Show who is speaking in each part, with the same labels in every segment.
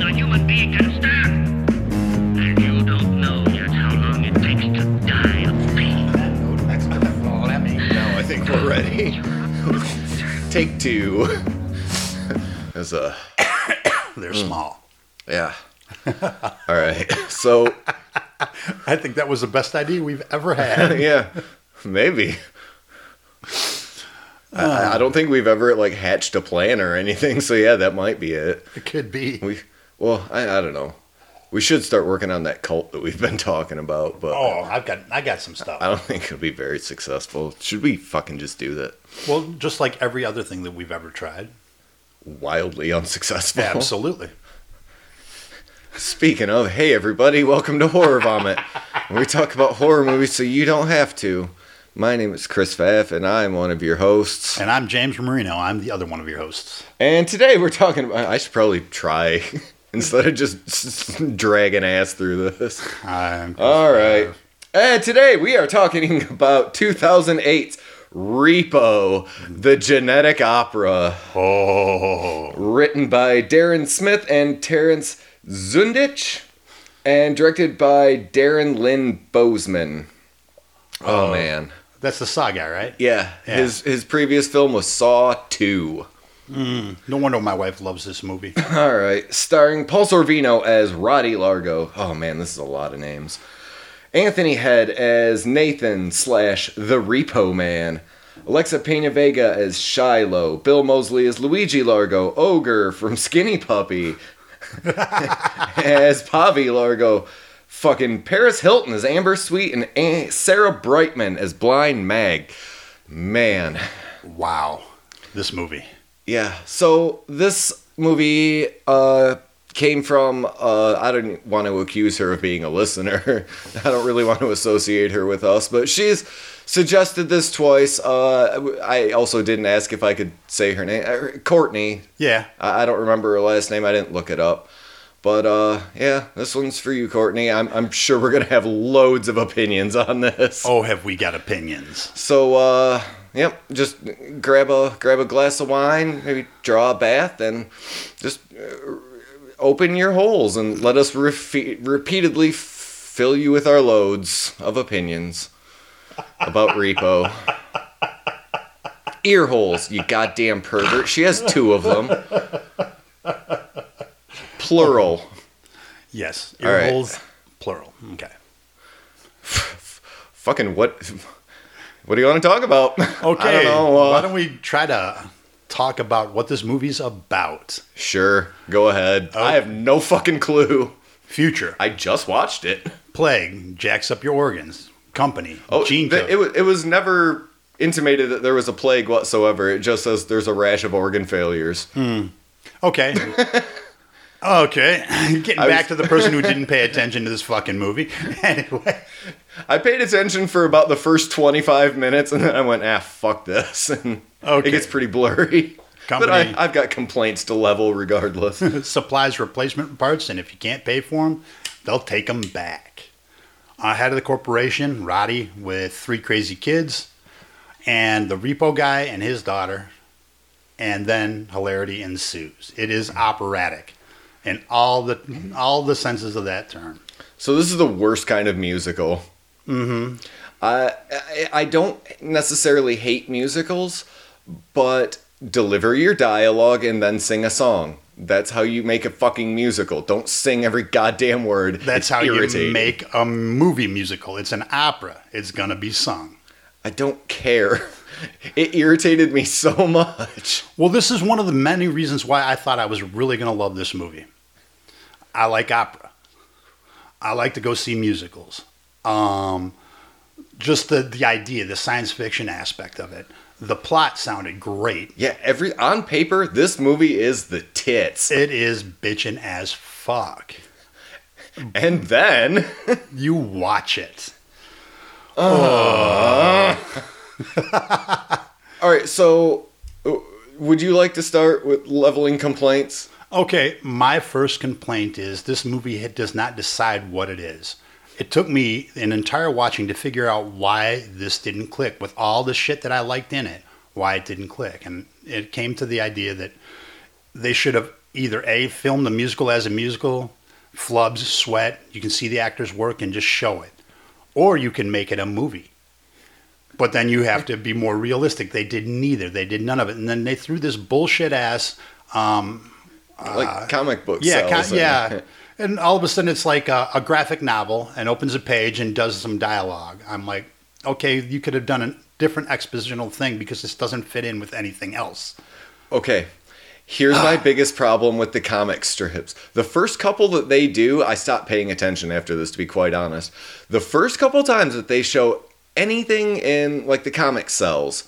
Speaker 1: we can start. And you don't know yet how long it takes to die of pain.
Speaker 2: Now I think we're ready. Take two. As a
Speaker 3: They're
Speaker 2: Hmm.
Speaker 3: small.
Speaker 2: yeah. All right. So
Speaker 3: I think that was the best idea we've ever had.
Speaker 2: yeah, maybe. I- I, I don't think we've ever like hatched a plan or anything. So yeah, that might be it.
Speaker 3: it could be.
Speaker 2: We well, I, I don't know. We should start working on that cult that we've been talking about, but
Speaker 3: Oh, I've got I got some stuff.
Speaker 2: I don't think it'll be very successful. Should we fucking just do that?
Speaker 3: Well, just like every other thing that we've ever tried.
Speaker 2: Uh-huh. Wildly unsuccessful.
Speaker 3: Absolutely.
Speaker 2: Speaking of, hey everybody, welcome to Horror Vomit. where we talk about horror movies so you don't have to. My name is Chris Pfaff, and I'm one of your hosts.
Speaker 3: And I'm James Marino. I'm the other one of your hosts.
Speaker 2: And today we're talking about. I should probably try instead of just s- s- dragging ass through this.
Speaker 3: I'm Chris
Speaker 2: All right.
Speaker 3: Farr.
Speaker 2: And today we are talking about 2008 Repo, the genetic opera,
Speaker 3: Oh,
Speaker 2: written by Darren Smith and Terrence Zundich, and directed by Darren Lynn Bozeman. Oh, man.
Speaker 3: that's the saga, right?
Speaker 2: Yeah,
Speaker 3: Yeah.
Speaker 2: his his previous film was Saw 2.
Speaker 3: No wonder my wife loves this movie.
Speaker 2: All right, starring Paul Sorvino as Roddy Largo. Oh man, this is a lot of names. Anthony Head as Nathan slash the Repo Man. Alexa Pena Vega as Shiloh. Bill Mosley as Luigi Largo, Ogre from Skinny Puppy. as Pavi Largo. Fucking Paris Hilton as Amber Sweet and Aunt Sarah Brightman as Blind Mag. Man.
Speaker 3: Wow, this movie.
Speaker 2: Yeah. So this movie uh, came from. Uh, I don't want to accuse her of being a listener. I don't really want to associate her with us, but she's suggested this twice. Uh, I also didn't ask if I could say her name. Uh, Courtney.
Speaker 3: Yeah,
Speaker 2: I, I don't remember her last name. I didn't look it up. But uh, yeah, this one's for you, Courtney. I'm, I'm sure we're gonna have loads of opinions on this.
Speaker 3: Oh, have we got opinions?
Speaker 2: So uh yep, just grab a grab a glass of wine, maybe draw a bath and just uh, open your holes and let us refe- repeatedly f- fill you with our loads of opinions about repo. Ear holes, you goddamn pervert. She has two of them. Plural.
Speaker 3: Yes,
Speaker 2: All
Speaker 3: ear
Speaker 2: right.
Speaker 3: holes, plural. Okay.
Speaker 2: Fucking what? What do you want to talk about?
Speaker 3: Okay.
Speaker 2: I don't know.
Speaker 3: Why
Speaker 2: Uh,
Speaker 3: don't we try to talk about what this movie's about?
Speaker 2: Sure, go ahead.
Speaker 3: Oh.
Speaker 2: I have no fucking clue.
Speaker 3: Future
Speaker 2: I just watched it.
Speaker 3: plague jacks up your organs. Company. gene
Speaker 2: th-
Speaker 3: code.
Speaker 2: Oh, it was it was never intimated that there was a plague whatsoever. It just says there's a rash of organ failures.
Speaker 3: Hmm. okay. okay. Getting
Speaker 2: I
Speaker 3: back
Speaker 2: was-
Speaker 3: to the person who didn't pay attention to this fucking movie. anyway.
Speaker 2: I paid attention for about the first 25 minutes, and then I went, ah, fuck this. And
Speaker 3: Okay.
Speaker 2: it gets pretty blurry. But
Speaker 3: Company-
Speaker 2: I, I've got complaints to level regardless.
Speaker 3: supplies replacement parts, and if you can't pay for them, they'll take them back. Uh, head of the corporation, Roddy, with three crazy kids, and the repo guy and his daughter, and then hilarity ensues. It is operatic, in all the all the senses of that term.
Speaker 2: So this is the worst kind of musical. Mm-hmm. I, I I don't necessarily hate musicals, but deliver your dialogue and then sing a song. That's how you make a fucking musical. Don't sing every goddamn word.
Speaker 3: That's
Speaker 2: It's
Speaker 3: how you
Speaker 2: irritating.
Speaker 3: make a movie musical. It's an opera. It's gonna be sung.
Speaker 2: I don't care. It irritated me so much.
Speaker 3: Well, this is one of the many reasons why I thought I was really going to love this movie. I like opera. I like to go see musicals. Um, just the, the idea, the science fiction aspect of it. The plot sounded great.
Speaker 2: Yeah, every on paper, this movie is the tits.
Speaker 3: It is bitching as fuck.
Speaker 2: And then
Speaker 3: You watch it.
Speaker 2: All right, so uh, would you like to start with leveling complaints?
Speaker 3: Okay, my first complaint is this movie ha- does not decide what it is. It took me an entire watching to figure out why this didn't click with all the shit that I liked in it, why it didn't click. And it came to the idea that they should have either A, filmed the musical as a musical, flubs, sweat. You can see the actor's work and just show it. Or you can make it a movie. But then you have to be more realistic. They did neither. They did none of it. And then they threw this bullshit ass. Um,
Speaker 2: like comic book
Speaker 3: yeah,
Speaker 2: cells
Speaker 3: ca-
Speaker 2: and-
Speaker 3: yeah. And all of a sudden, it's like a, a graphic novel, and opens a page and does some dialogue. I'm like, okay, you could have done a different expositional thing because this doesn't fit in with anything else.
Speaker 2: Okay. Here's my biggest problem with the comic strips. The first couple that they do, I stopped paying attention after this, to be quite honest. The first couple times that they show anything in, like, the comic cells,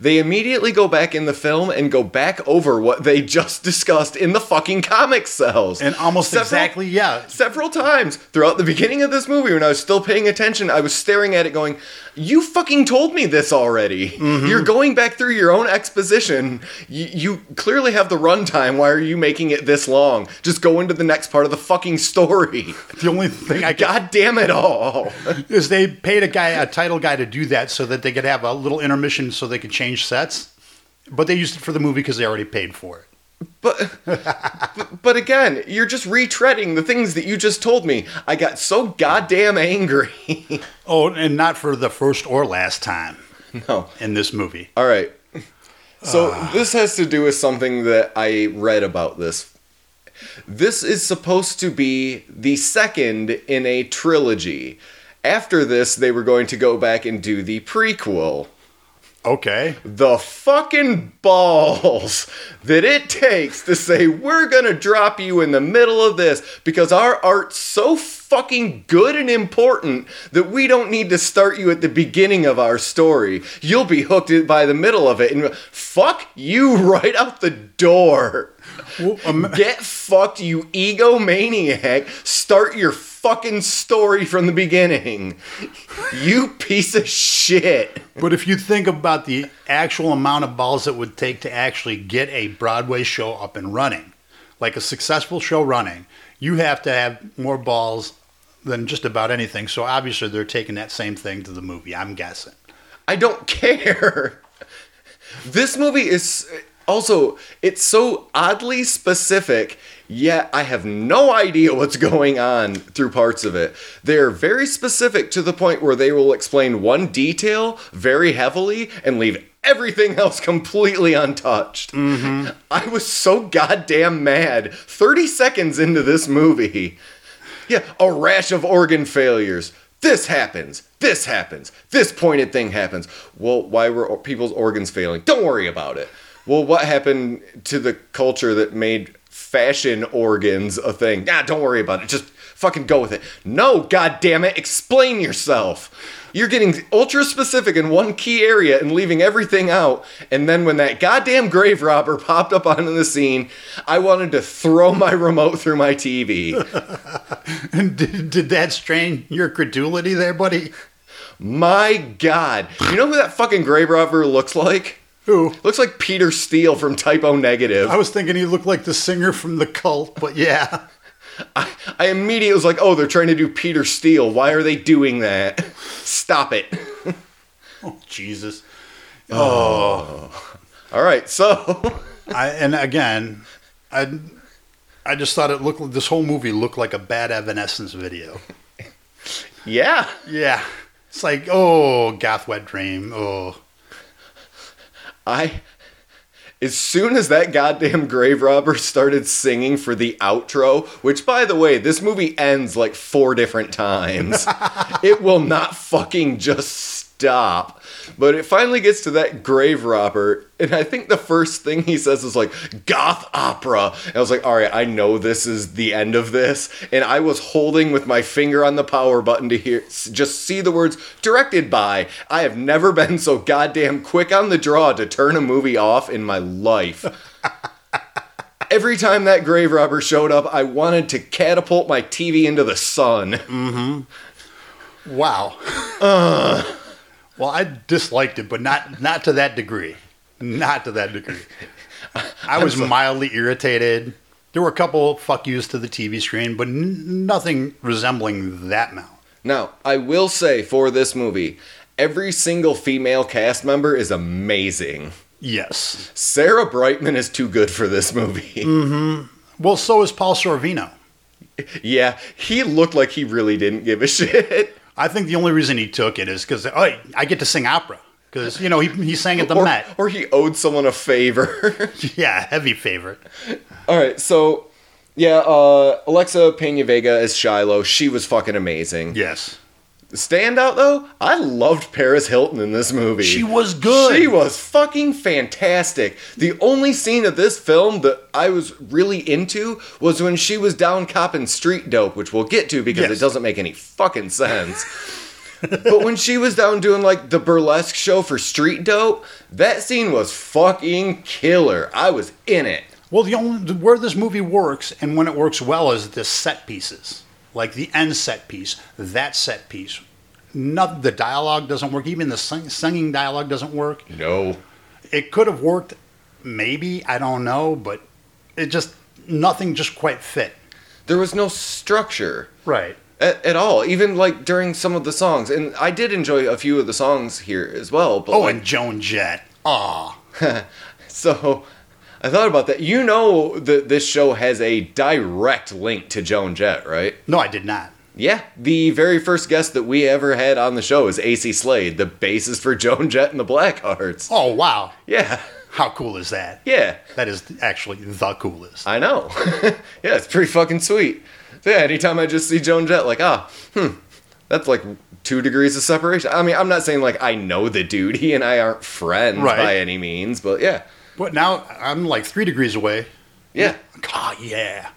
Speaker 2: they immediately go back in the film and go back over what they just discussed in the fucking comic cells.
Speaker 3: And almost
Speaker 2: Several-
Speaker 3: exactly, yeah.
Speaker 2: Several times throughout the beginning of this movie, when I was still paying attention, I was staring at it going, You fucking told me this already. You're going back through your own exposition. You, you clearly have the runtime. Why are you making it this long? Just go into the next part of the fucking story.
Speaker 3: The only thing I got
Speaker 2: God damn it all.
Speaker 3: is they paid a guy, a title guy, to do that so that they could have a little intermission so they could change sets. But they used it for the movie because they already paid for it.
Speaker 2: But, but but again, you're just retreading the things that you just told me. I got so goddamn angry.
Speaker 3: Oh, and not for the first or last time
Speaker 2: no.
Speaker 3: in this movie.
Speaker 2: All right. So this has to do with something that I read about this. This is supposed to be the second in a trilogy. After this, they were going to go back and do the prequel.
Speaker 3: Okay.
Speaker 2: The fucking balls that it takes to say we're gonna drop you in the middle of this because our art's so fucking good and important that we don't need to start you at the beginning of our story. You'll be hooked by the middle of it and fuck you right out the door. Get fucked, you egomaniac. Start your fucking story from the beginning. You piece of shit.
Speaker 3: But if you think about the actual amount of balls it would take to actually get a Broadway show up and running, like a successful show running, you have to have more balls than just about anything. So obviously they're taking that same thing to the movie, I'm guessing.
Speaker 2: I don't care. This movie is also it's so oddly specific, yet I have no idea what's going on through parts of it. They're very specific to the point where they will explain one detail very heavily and leave everything else completely untouched. I was so goddamn mad 30 seconds into this movie. Yeah, a rash of organ failures. This happens. This happens. This pointed thing happens. Well, why were o- people's organs failing? Don't worry about it. Well, what happened to the culture that made fashion organs a thing? Nah, don't worry about it. Just fucking go with it. No, god damn it, explain yourself. You're getting ultra specific in one key area and leaving everything out. And then when that goddamn grave robber popped up onto the scene, I wanted to throw my remote through my TV.
Speaker 3: And did, did that strain your credulity there, buddy?
Speaker 2: My God. You know who that fucking grave robber looks like?
Speaker 3: Who?
Speaker 2: Looks like Peter Steele from Typo Negative.
Speaker 3: I was thinking he looked like the singer from the cult, but yeah.
Speaker 2: I, I immediately was like, oh, they're trying to do Peter Steele. Why are they doing that? Stop it.
Speaker 3: Oh, Jesus.
Speaker 2: All right, so
Speaker 3: I, and again, I, I just thought it looked this whole movie looked like a bad Evanescence video.
Speaker 2: yeah.
Speaker 3: Yeah. It's like, oh, Goth Wet Dream. Oh.
Speaker 2: I. As soon as that goddamn grave robber started singing for the outro, which by the way, this movie ends like four different times, it will not fucking just stop. But it finally gets to that grave robber, and I think the first thing he says is like, goth opera. And I was like, all right, I know this is the end of this. And I was holding with my finger on the power button to hear, s- just see the words directed by. I have never been so goddamn quick on the draw to turn a movie off in my life. Every time that grave robber showed up, I wanted to catapult my TV into the sun.
Speaker 3: Wow. Uh, well, I disliked it, but not not to that degree. Not to that degree. I was mildly irritated. There were a couple fuck yous to the TV screen, but n- nothing resembling that amount.
Speaker 2: Now, I will say for this movie, every single female cast member is amazing.
Speaker 3: Yes. Mm.
Speaker 2: Sarah Brightman is too good for this movie.
Speaker 3: Well, so is Paul Sorvino.
Speaker 2: Yeah, he looked like he really didn't give a shit.
Speaker 3: I think the only reason he took it is because oh, I get to sing opera because you know he, he sang at the
Speaker 2: or,
Speaker 3: Met.
Speaker 2: or he owed someone a favor.
Speaker 3: Yeah, heavy favorite.
Speaker 2: All right, so yeah, uh, Alexa Pena Vega as Shiloh. She was fucking amazing.
Speaker 3: Yes,
Speaker 2: Standout though, I loved Paris Hilton in this movie.
Speaker 3: she was good.
Speaker 2: She was fucking fantastic. The only scene of this film that I was really into was when she was down copping street dope, which we'll get to because
Speaker 3: Yes.
Speaker 2: it doesn't make any fucking sense. but when she was down doing like the burlesque show for street dope, that scene was fucking killer. I was in it.
Speaker 3: Well, the only where this movie works and when it works well is the set pieces, like the end set piece, that set piece. Not the dialogue doesn't work. Even the sing, singing dialogue doesn't work.
Speaker 2: No.
Speaker 3: It could have worked, maybe I don't know, but it just nothing just quite fit.
Speaker 2: There was no structure.
Speaker 3: Right.
Speaker 2: At, at all, even like during some of the songs, and I did enjoy a few of the songs here as well. But
Speaker 3: Oh,
Speaker 2: like,
Speaker 3: and Joan Jett. Ah,
Speaker 2: So I thought about that. You know that this show has a direct link to Joan Jett, right?
Speaker 3: no, I did not.
Speaker 2: Yeah. The very first guest that we ever had on the show is AC Slade, the bassist for Joan Jett and the Blackhearts.
Speaker 3: Oh wow,
Speaker 2: Yeah.
Speaker 3: how cool is that?
Speaker 2: Yeah.
Speaker 3: That is actually the coolest.
Speaker 2: I know. yeah, it's pretty fucking sweet. So yeah, anytime I just see Joan Jett, like, ah, hmm, that's like two degrees of separation. I mean, I'm not saying like I know the dude, he and I aren't friends
Speaker 3: Right.
Speaker 2: by any means, but yeah.
Speaker 3: But now I'm like three degrees away.
Speaker 2: Yeah.
Speaker 3: God, yeah,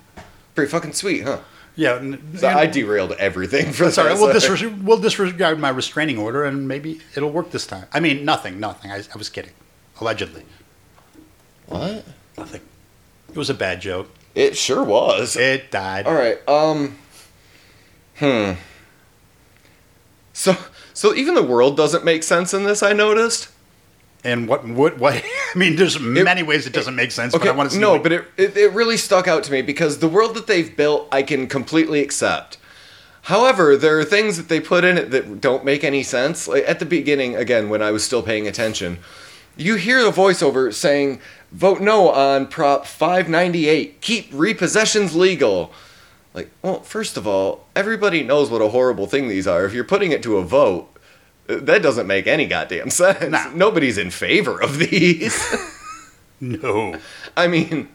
Speaker 2: Pretty fucking sweet, huh?
Speaker 3: yeah. n-
Speaker 2: So
Speaker 3: and-
Speaker 2: I derailed everything for
Speaker 3: Sorry,
Speaker 2: that.
Speaker 3: we'll,
Speaker 2: Sorry.
Speaker 3: disres- we'll disregard my restraining order and maybe it'll work this time. I mean, nothing, nothing. I, I was kidding. Allegedly.
Speaker 2: What?
Speaker 3: Nothing. It was a bad joke.
Speaker 2: It sure was.
Speaker 3: It died.
Speaker 2: All right. Um. Hmm. So so even the world doesn't make sense in this. I noticed.
Speaker 3: And what, what, what? I mean, there's many ways it doesn't make sense,
Speaker 2: Okay.
Speaker 3: but I want to see.
Speaker 2: no,
Speaker 3: what-
Speaker 2: but it, it it really stuck out to me because the world that they've built, I can completely accept. However, there are things that they put in it that don't make any sense. Like at the beginning, again, when I was still paying attention, you hear the voiceover saying, "Vote no on Prop 598. Keep repossessions legal." Like, well, first of all, everybody knows what a horrible thing these are. If you're putting it to a vote, uh, that doesn't make any goddamn sense.
Speaker 3: No.
Speaker 2: Nobody's in favor of these.
Speaker 3: no.
Speaker 2: I mean,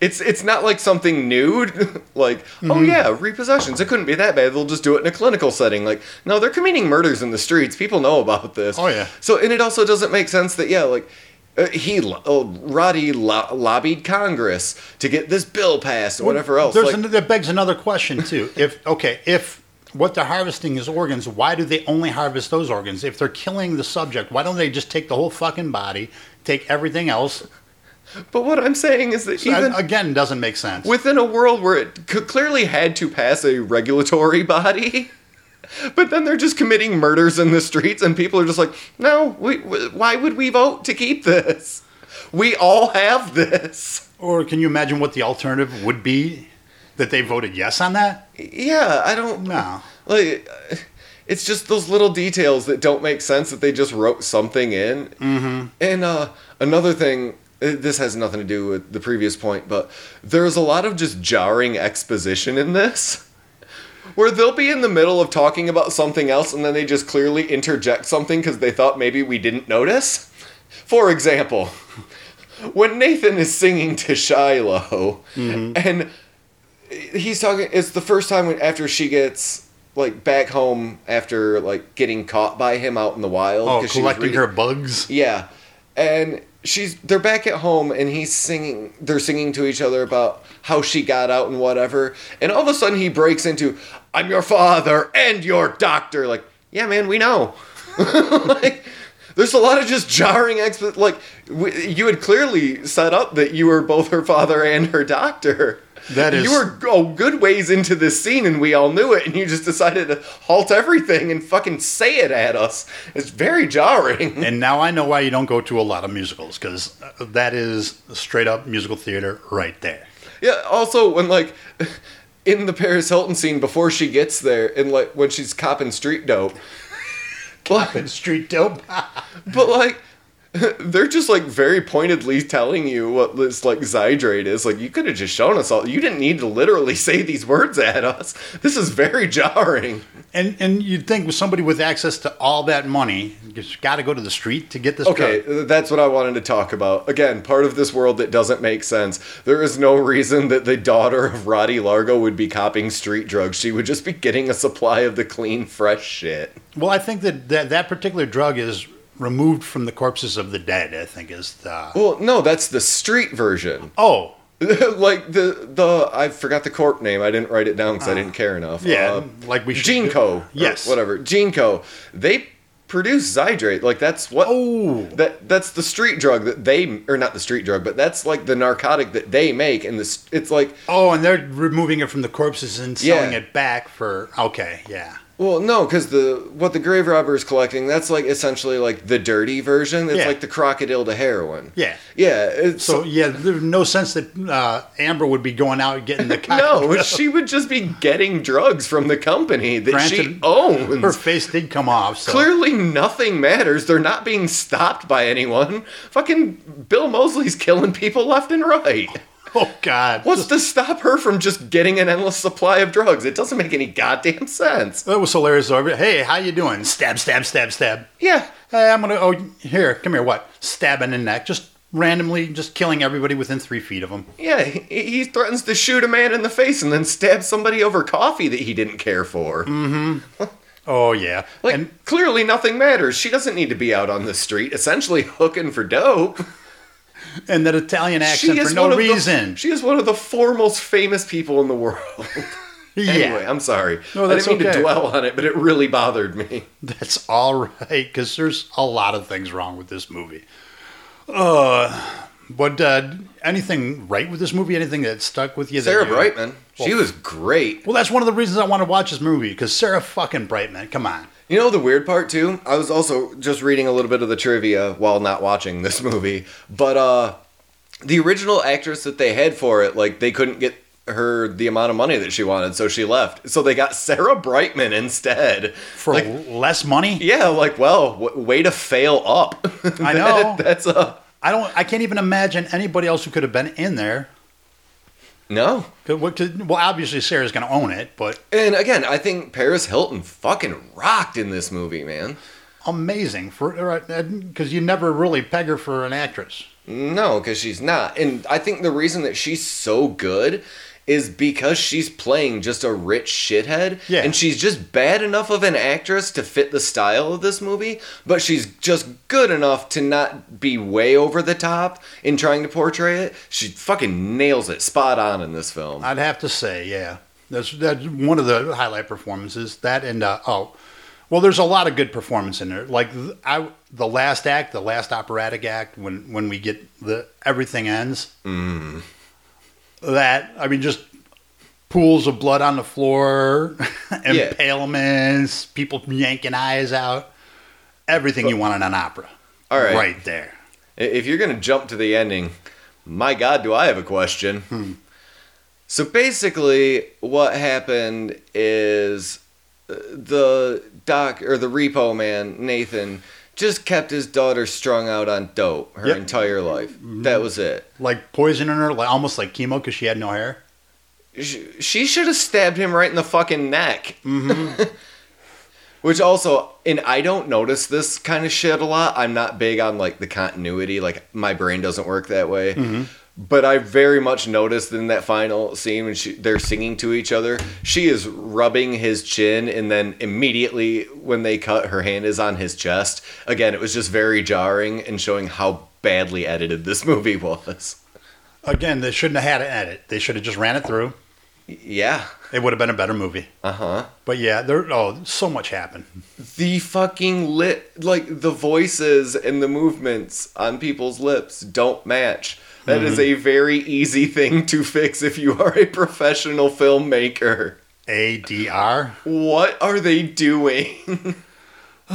Speaker 2: it's it's not like something new. like,
Speaker 3: Mm-hmm.
Speaker 2: oh yeah, repossessions. It couldn't be that bad. They'll just do it in a clinical setting. Like, no, they're committing murders in the streets. People know about this.
Speaker 3: Oh, yeah.
Speaker 2: So and it also doesn't make sense that yeah, like. Uh, he lo- oh, Roddy lo- lobbied Congress to get this bill passed or whatever else.
Speaker 3: There's
Speaker 2: Like,
Speaker 3: an, that begs another question, too. if, okay, if what they're harvesting is organs, why do they only harvest those organs? If they're killing the subject, why don't they just take the whole fucking body, take everything else?
Speaker 2: but what I'm saying is that even
Speaker 3: Even, again, doesn't make sense.
Speaker 2: within a world where it c- clearly had to pass a regulatory body. But then they're just committing murders in the streets, and people are just like, no, we, w- why would we vote to keep this? We all have this.
Speaker 3: Or can you imagine what the alternative would be that they voted yes on that?
Speaker 2: Yeah, I don't.
Speaker 3: No.
Speaker 2: Like, it's just those little details that don't make sense that they just wrote something in. Mm-hmm. And uh, another thing, uh, this has nothing to do with the previous point, but there's a lot of just jarring exposition in this. Where they'll be in the middle of talking about something else and then they just clearly interject something because they thought maybe we didn't notice. For example, when Nathan is singing to Shiloh
Speaker 3: Mm-hmm.
Speaker 2: and he's talking it's the first time when, after she gets like back home after like getting caught by him out in the wild
Speaker 3: Oh,
Speaker 2: 'cause she was
Speaker 3: collecting
Speaker 2: reading-
Speaker 3: her bugs.
Speaker 2: yeah and she's they're back at home and he's singing they're singing to each other about how she got out and whatever and all of a sudden he breaks into i'm your father and your doctor like yeah man we know like there's a lot of just jarring exp- like w- you had clearly set up that you were both her father and her doctor
Speaker 3: That is-
Speaker 2: you were a good ways into this scene and we all knew it and you just decided to halt everything and fucking say it at us it's very jarring
Speaker 3: And now I know why you don't go to a lot of musicals because that is straight up musical theater right there.
Speaker 2: Yeah. Also, when like in the Paris Hilton scene before she gets there, and like when she's copping street dope, but,
Speaker 3: Street dope.
Speaker 2: but like they're just like very pointedly telling you what this like Zydrate is. Like you could have just shown us all. You didn't need to literally say these words at us. This is very jarring.
Speaker 3: And and you'd think with somebody with access to all that money, you just got to go to the street to get this.
Speaker 2: Okay, uh,
Speaker 3: drug.
Speaker 2: that's what I wanted to talk about. Again, part of this world that doesn't make sense. There is no reason that the daughter of Roddy Largo would be copying street drugs. She would just be getting a supply of the clean, fresh shit.
Speaker 3: Well, I think that, that that particular drug is removed from the corpses of the dead. I think is the
Speaker 2: Well, no, that's the street version.
Speaker 3: oh
Speaker 2: like the the I forgot the corp name. I didn't write it down because I didn't care enough.
Speaker 3: Uh, yeah,
Speaker 2: Uh,
Speaker 3: like we should
Speaker 2: Gene
Speaker 3: do-
Speaker 2: Co. or
Speaker 3: Yes.
Speaker 2: whatever. Gene Co. They produce Zydrate. Like that's what.
Speaker 3: Oh.
Speaker 2: That that's the street drug that they or not the street drug, but that's like the narcotic that they make, and this it's like
Speaker 3: Oh, and they're removing it from the corpses and selling
Speaker 2: Yeah.
Speaker 3: it back for okay, yeah.
Speaker 2: well no, because the what the grave robber is collecting that's like essentially like the dirty version. It's
Speaker 3: Yeah.
Speaker 2: like the crocodile to heroin.
Speaker 3: Yeah.
Speaker 2: Yeah. It's,
Speaker 3: So yeah, there's no sense that uh, Amber would be going out and getting the
Speaker 2: no, she would just be getting drugs from the company that she
Speaker 3: Granted,
Speaker 2: owns.
Speaker 3: her face did come off. So
Speaker 2: Clearly, nothing matters. They're not being stopped by anyone. Fucking Bill Mosley's killing people left and right.
Speaker 3: oh god,
Speaker 2: What's to stop her from just getting an endless supply of drugs? It doesn't make any goddamn sense.
Speaker 3: that was hilarious. Over. Hey, how you doing? Stab, stab, stab, stab.
Speaker 2: Yeah.
Speaker 3: Hey, I'm gonna. Oh, here, come here. What? Stab in the neck. Just randomly, just killing everybody within three feet of him.
Speaker 2: Yeah, he, he threatens to shoot a man in the face and then stab somebody over coffee that he didn't care for.
Speaker 3: Oh yeah, Mm,
Speaker 2: Like,
Speaker 3: and
Speaker 2: clearly nothing matters. She doesn't need to be out on the street, essentially hooking for dope.
Speaker 3: and that Italian accent for no
Speaker 2: of the-
Speaker 3: reason.
Speaker 2: she is one of the four most famous people in the world.
Speaker 3: yeah,
Speaker 2: Anyway, I'm sorry.
Speaker 3: No,
Speaker 2: I
Speaker 3: that's
Speaker 2: didn't mean
Speaker 3: okay.
Speaker 2: to dwell on it, but it really bothered me.
Speaker 3: That's all right, because there's a lot of things wrong with this movie. Uh, but uh, anything right with this movie? Anything that stuck with you? that
Speaker 2: Sarah
Speaker 3: you-
Speaker 2: Brightman, she was great.
Speaker 3: Well, that's one of the reasons I want to watch this movie because Sarah fucking Brightman. Come on.
Speaker 2: You know the weird part too? I was also just reading a little bit of the trivia while not watching this movie, but uh the original actress that they had for it, like they couldn't get her the amount of money that she wanted, so she left. So they got Sarah Brightman instead.
Speaker 3: For
Speaker 2: like,
Speaker 3: l- less money,
Speaker 2: yeah, like well, w- way to fail up.
Speaker 3: I know.
Speaker 2: that's uh, a
Speaker 3: I don't. I can't even imagine anybody else who could have been in there.
Speaker 2: no.
Speaker 3: 'Cause what could- well, obviously Sarah's going to own it, but
Speaker 2: And again, I think Paris Hilton fucking rocked in this movie, man.
Speaker 3: amazing for because you never really peg her for an actress.
Speaker 2: No, because she's not. And I think the reason that she's so good is because she's playing just a rich shithead.
Speaker 3: Yeah.
Speaker 2: And she's just bad enough of an actress to fit the style of this movie, but she's just good enough to not be way over the top in trying to portray it. She fucking nails it spot on in this film.
Speaker 3: I'd have to say, yeah, that's that's one of the highlight performances. That and uh, oh, well, there's a lot of good performance in there. Like th- I, the last act, the last operatic act, when when we get the everything ends.
Speaker 2: Mm-hmm.
Speaker 3: That I mean, just pools of blood on the floor,
Speaker 2: Yeah.
Speaker 3: impalements, people yanking eyes out, everything you want in an opera.
Speaker 2: All right.
Speaker 3: right there.
Speaker 2: I- If you're going to jump to the ending, my God, do I have a question. So basically, what happened is uh, the doc or the repo man, Nathan, just kept his daughter strung out on dope her
Speaker 3: Yep.
Speaker 2: entire life. That was it.
Speaker 3: Like poisoning her, like almost like chemo because she had no hair.
Speaker 2: She, she should have stabbed him right in the fucking neck. Which also, and I don't notice this kind of shit a lot. I'm not big on like the continuity. Like my brain doesn't work that way. But I very much noticed in that final scene when she, they're singing to each other, she is rubbing his chin, and then immediately when they cut, her hand is on his chest. Again, it was just very jarring and showing how badly edited this movie was.
Speaker 3: Again, they shouldn't have had an edit. They should have just ran it through.
Speaker 2: Yeah.
Speaker 3: It would have been a better movie.
Speaker 2: Uh huh.
Speaker 3: But yeah, there oh, so much happened.
Speaker 2: the fucking lit like the voices and the movements on people's lips don't match That is a very easy thing to fix if you are a professional filmmaker
Speaker 3: ADR.
Speaker 2: what are they doing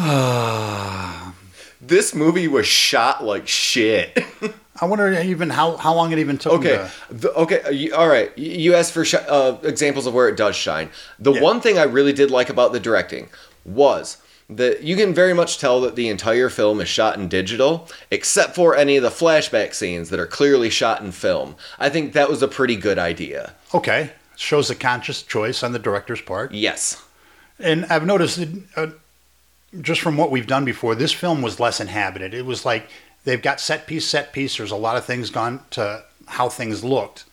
Speaker 2: this movie was shot like shit
Speaker 3: I wonder even how how long it even took. 'em
Speaker 2: Okay.
Speaker 3: to-
Speaker 2: The, okay. uh, You, all right. You- You asked for sh- uh, examples of where it does shine. The
Speaker 3: Yeah.
Speaker 2: one thing I really did like about the directing was that you can very much tell that the entire film is shot in digital, except for any of the flashback scenes that are clearly shot in film. I think that was a pretty good idea.
Speaker 3: Okay. Shows a conscious choice on the director's part.
Speaker 2: Yes.
Speaker 3: And I've noticed that uh, just from what we've done before, this film was less inhabited. It was like they've got set piece, set piece. There's a lot of things gone to how things looked,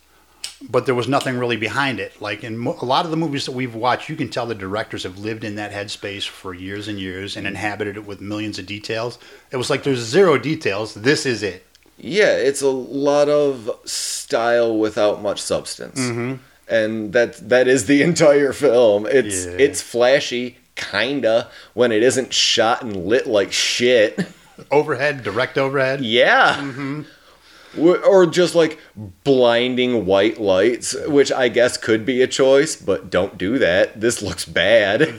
Speaker 3: but there was nothing really behind it. Like in mo- a lot of the movies that we've watched, you can tell the directors have lived in that headspace for years and years and inhabited it with millions of details. It was like there's zero details. This is it.
Speaker 2: Yeah, it's a lot of style without much substance. And that that is the entire film. It's
Speaker 3: Yeah.
Speaker 2: it's flashy kinda when it isn't shot and lit like shit.
Speaker 3: Overhead, direct overhead.
Speaker 2: Yeah. W- Or just like blinding white lights, which I guess could be a choice, but don't do that. This looks bad.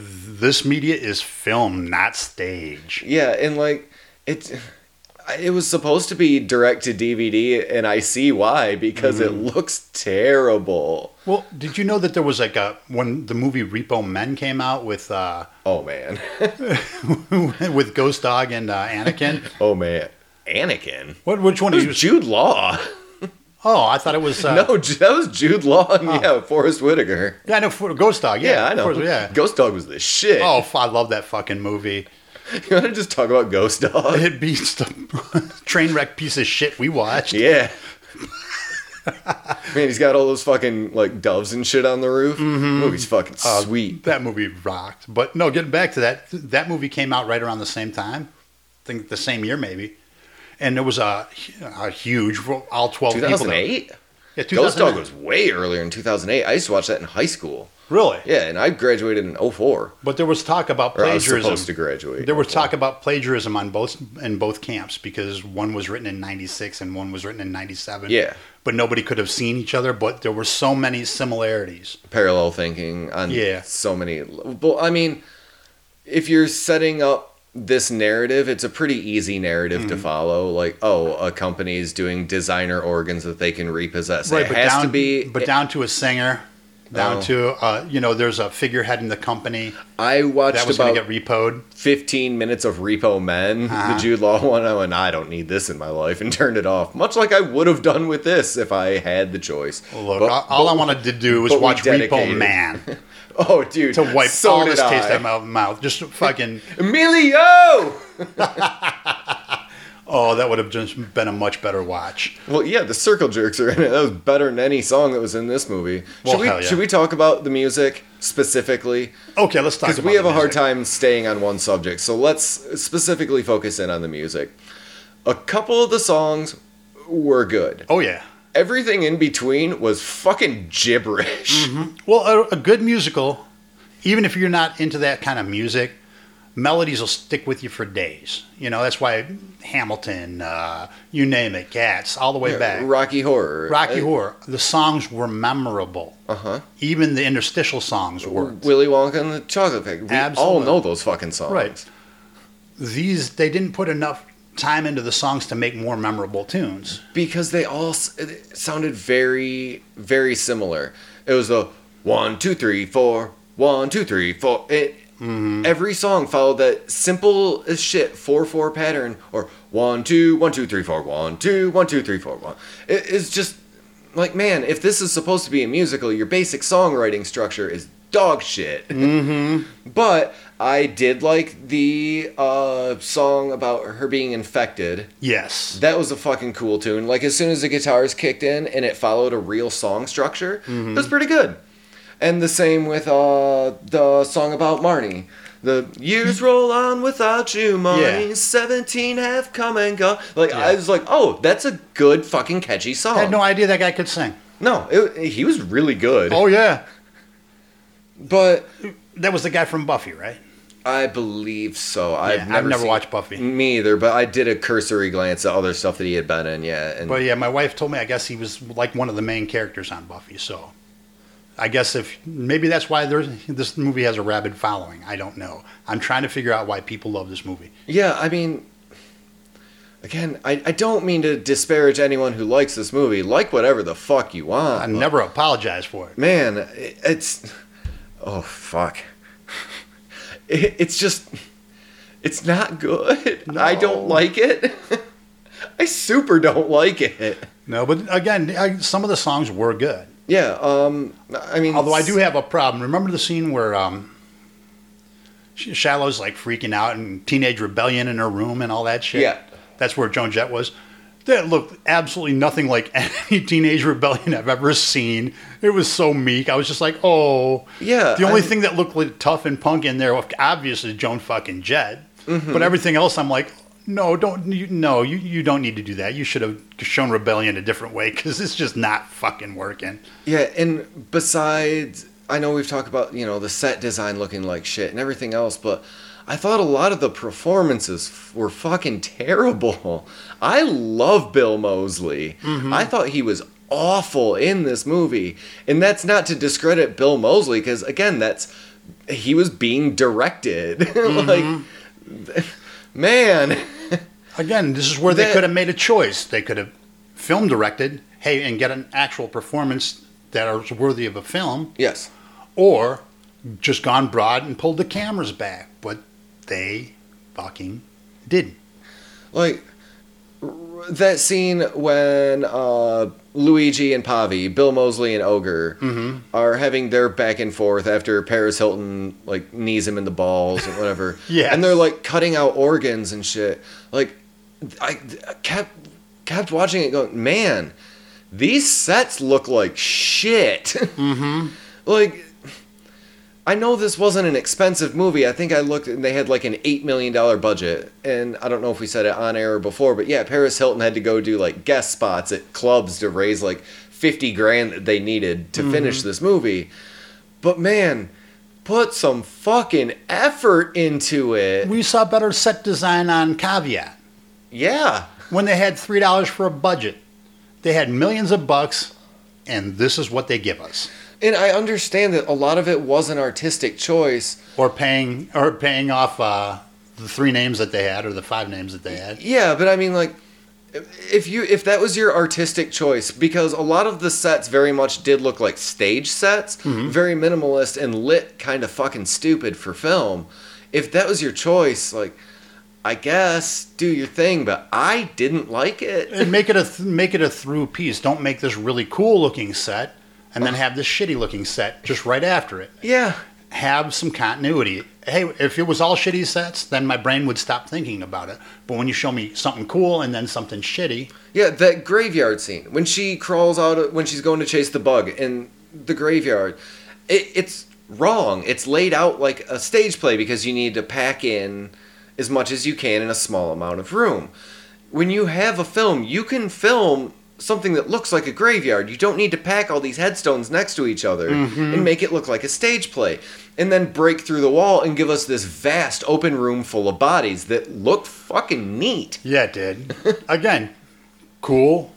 Speaker 3: This media is film, not stage.
Speaker 2: Yeah, and like it it was supposed to be direct to DVD and I see why because it looks terrible.
Speaker 3: Well, did you know that there was like a when the movie Repo Men came out with uh,
Speaker 2: Oh man.
Speaker 3: with Ghost Dog and uh, Anakin?
Speaker 2: Oh man. Anakin.
Speaker 3: What? Which one
Speaker 2: It
Speaker 3: did you?
Speaker 2: was Jude Law.
Speaker 3: Oh, I thought it was. Uh,
Speaker 2: No, Ju- that was Jude Law and yeah, Forrest Whitaker.
Speaker 3: Yeah, I know for Ghost Dog. Yeah,
Speaker 2: Yeah, I know.
Speaker 3: Of course, yeah.
Speaker 2: Ghost Dog was the shit.
Speaker 3: Oh, f- I love that fucking movie.
Speaker 2: You want to just talk about Ghost Dog?
Speaker 3: It beats the train wreck piece of shit we watched.
Speaker 2: Yeah. Man, he's got all those fucking like doves and shit on the roof.
Speaker 3: Mm-hmm.
Speaker 2: Movie's fucking
Speaker 3: Uh,
Speaker 2: sweet.
Speaker 3: That movie rocked. But no, getting back to that, that movie came out right around the same time. I think the same year maybe. And it was a, a huge, all 12 people.
Speaker 2: 2008.
Speaker 3: Yeah,
Speaker 2: Ghost Dog
Speaker 3: 2008.
Speaker 2: was way earlier in 2008. I used to watch that in high school.
Speaker 3: Really?
Speaker 2: Yeah, and I graduated in 04.
Speaker 3: But there was talk about
Speaker 2: Or I was
Speaker 3: plagiarism.
Speaker 2: supposed to graduate.
Speaker 3: There was
Speaker 2: 04.
Speaker 3: talk about plagiarism on both in both camps because one was written in '96 and one was written in '97.
Speaker 2: Yeah.
Speaker 3: but nobody could have seen each other. But there were so many similarities.
Speaker 2: parallel thinking on
Speaker 3: Yeah.
Speaker 2: so many. Well, I mean, if you're setting up this narrative, it's a pretty easy narrative
Speaker 3: Mm-hmm.
Speaker 2: to follow. Like, oh, a company is doing designer organs that they can repossess. it
Speaker 3: but
Speaker 2: has
Speaker 3: down
Speaker 2: to be.
Speaker 3: but down to a singer, down
Speaker 2: Oh.
Speaker 3: to uh, you know, there's a figurehead in the company
Speaker 2: I watched
Speaker 3: that was
Speaker 2: about
Speaker 3: going to get repoed.
Speaker 2: 15 minutes of Repo Men,
Speaker 3: Uh-huh.
Speaker 2: the Jude Law one. I went, I don't need this in my life, and turned it off. Much like I would have done with this if I had the choice.
Speaker 3: Look,
Speaker 2: But-
Speaker 3: all, all I wanted to do was
Speaker 2: but we
Speaker 3: watch Repo
Speaker 2: dedicated.
Speaker 3: Man
Speaker 2: oh, dude,
Speaker 3: to wipe
Speaker 2: so
Speaker 3: all
Speaker 2: did
Speaker 3: this taste
Speaker 2: I.
Speaker 3: out of my mouth. Just fucking.
Speaker 2: Emilio.
Speaker 3: Oh, that would have just been a much better watch.
Speaker 2: Well, yeah, the circle jerks are in it. That was better than any song that was in this movie.
Speaker 3: Well,
Speaker 2: should we
Speaker 3: hell yeah.
Speaker 2: should we talk about the music specifically?
Speaker 3: Okay, let's talk.
Speaker 2: Because
Speaker 3: about
Speaker 2: we have
Speaker 3: the
Speaker 2: a hard
Speaker 3: music.
Speaker 2: time staying on one subject, so let's specifically focus in on the music. A couple of the songs were good.
Speaker 3: Oh yeah.
Speaker 2: Everything in between was fucking gibberish.
Speaker 3: Mm-hmm. Well, a, a good musical, even if you're not into that kind of music, melodies will stick with you for days. You know, that's why Hamilton, uh, you name it, Cats, all the way back.
Speaker 2: Rocky Horror.
Speaker 3: Rocky
Speaker 2: Uh,
Speaker 3: Horror, the songs were memorable. Uh-huh. Even the interstitial songs were.
Speaker 2: Willy Wonka and the Chocolate Factory. We all
Speaker 3: Absolutely.
Speaker 2: know those fucking songs.
Speaker 3: Right. These, they didn't put enough time into the songs to make more memorable tunes.
Speaker 2: because they all s- it sounded very very similar it was the one two three four one two three four it every song followed that simple as shit four four pattern or one two one two three four one two one two three four one it, it's just like man if this is supposed to be a musical your basic songwriting structure is dog shit but i did like the uh, song about her being infected
Speaker 3: Yes.
Speaker 2: that was a fucking cool tune. Like as soon as the guitars kicked in and it followed a real song structure, it
Speaker 3: Mm-hmm.
Speaker 2: was pretty good. And the same with uh the song about Marnie. The years roll on without you, Marnie.
Speaker 3: Yeah.
Speaker 2: Seventeen have come and gone. Like I
Speaker 3: Yeah.
Speaker 2: was like, oh, that's a good fucking catchy song.
Speaker 3: I had no idea that guy could sing.
Speaker 2: no, it, he was really good.
Speaker 3: Oh, yeah.
Speaker 2: But
Speaker 3: That was the guy from Buffy, right?
Speaker 2: I believe so. I've
Speaker 3: I've
Speaker 2: never,
Speaker 3: never
Speaker 2: seen-
Speaker 3: watched Buffy.
Speaker 2: Me either, but I did a cursory glance at other stuff that he had been in. Yeah, and
Speaker 3: But yeah, my wife told me I guess he was like one of the main characters on Buffy, so I guess if maybe that's why there's, this movie has a rabid following. I don't know. I'm trying to figure out why people love this movie.
Speaker 2: Yeah, I mean, again, I, I don't mean to disparage anyone who likes this movie. Like whatever the fuck you want.
Speaker 3: I
Speaker 2: but-
Speaker 3: never apologize for it.
Speaker 2: Man, it, it's. Oh, fuck. It, it's just. It's not good. I don't like it. I super don't like it.
Speaker 3: No, but again, I, some of the songs were good.
Speaker 2: Yeah. Um. I mean,
Speaker 3: Although I do have a problem. Remember the scene where um, Sh- Shallow's like freaking out and teenage rebellion in her room and all that shit.
Speaker 2: Yeah.
Speaker 3: that's where Joan Jett was. That looked absolutely nothing like any teenage rebellion I've ever seen. It was so meek. I was just like, oh.
Speaker 2: Yeah,
Speaker 3: The only
Speaker 2: I-
Speaker 3: thing that looked like tough and punk in there, obviously, Joan fucking Jett.
Speaker 2: Mm-hmm.
Speaker 3: But everything else, I'm like, no, don't. You, no, you, you don't need to do that. You should have shown rebellion a different way because it's just not fucking working.
Speaker 2: Yeah, and besides, I know we've talked about, you know, the set design looking like shit and everything else, but I thought a lot of the performances f- were fucking terrible. I love Bill Mosley. I thought he was awful in this movie. And that's not to discredit Bill Mosley cuz again, that's he was being directed. like man,
Speaker 3: Again, this is where they
Speaker 2: That-
Speaker 3: could have made a choice. They could have film directed, hey, and get an actual performance that is worthy of a film,
Speaker 2: yes.
Speaker 3: or just gone broad and pulled the cameras back. But they fucking didn't.
Speaker 2: like r- that scene when uh, Luigi and Pavi, Bill Mosley and Ogre, are having their back and forth after Paris Hilton like knees him in the balls or whatever.
Speaker 3: Yes.
Speaker 2: and they're like cutting out organs and shit. Like I I kept kept watching it, going, man, these sets look like shit. Mm-hmm. like. I know this wasn't an expensive movie. I think I looked and they had like an $8 million budget. And I don't know if we said it on air or before, but yeah, Paris Hilton had to go do like guest spots at clubs to raise like 50 grand that they needed to finish this movie. But man, put some fucking effort into it.
Speaker 3: We saw better set design on Caveat
Speaker 2: yeah.
Speaker 3: when they had $3 for a budget. They had millions of bucks, and this is what they give us.
Speaker 2: And I understand that a lot of it was an artistic choice,
Speaker 3: Or paying, or paying off uh, the three names that they had, or the five names that they had.
Speaker 2: Yeah, but I mean, like, if you if that was your artistic choice, because a lot of the sets very much did look like stage sets, very minimalist and lit, kind of fucking stupid for film. If that was your choice, like, I guess do your thing, but I didn't like it.
Speaker 3: and make it a th- make it a through piece. Don't make this really cool looking set and then have this shitty looking set just right after it.
Speaker 2: Yeah,
Speaker 3: Have some continuity. Hey, if it was all shitty sets, then my brain would stop thinking about it. But when you show me something cool and then something shitty,
Speaker 2: yeah. That graveyard scene when she crawls out of, when she's going to chase the bug in the graveyard, it, it's wrong. It's laid out like a stage play because you need to pack in as much as you can in a small amount of room. When you have a film, you can film something that looks like a graveyard. You don't need to pack all these headstones next to each other and make it look like a stage play. And then break through the wall and give us this vast open room full of bodies that look fucking neat.
Speaker 3: yeah, it did. Again, cool,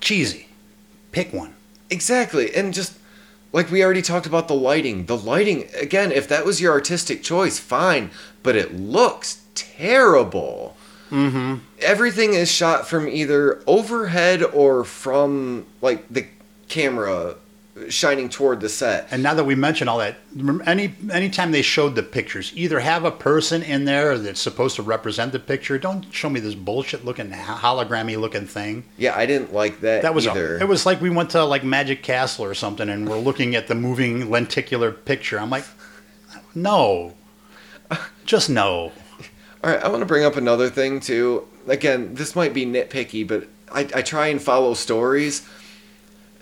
Speaker 3: cheesy. Pick one.
Speaker 2: Exactly. And just like we already talked about the lighting. The lighting, again, if that was your artistic choice, fine, but it looks terrible. Mm-hmm. Everything is shot from either overhead or from like the camera shining toward the set.
Speaker 3: And now that we mentioned all that, rem- any anytime they showed the pictures, either have a person in there that's supposed to represent the picture. Don't show me this bullshit looking hologrammy looking thing.
Speaker 2: Yeah, I didn't like that.
Speaker 3: That was
Speaker 2: either.
Speaker 3: it was like we went to like Magic Castle or something, and we're looking at the moving lenticular picture. I'm like, no, just no.
Speaker 2: All right, I want to bring up another thing too. Again, this might be nitpicky, but I, I try and follow stories.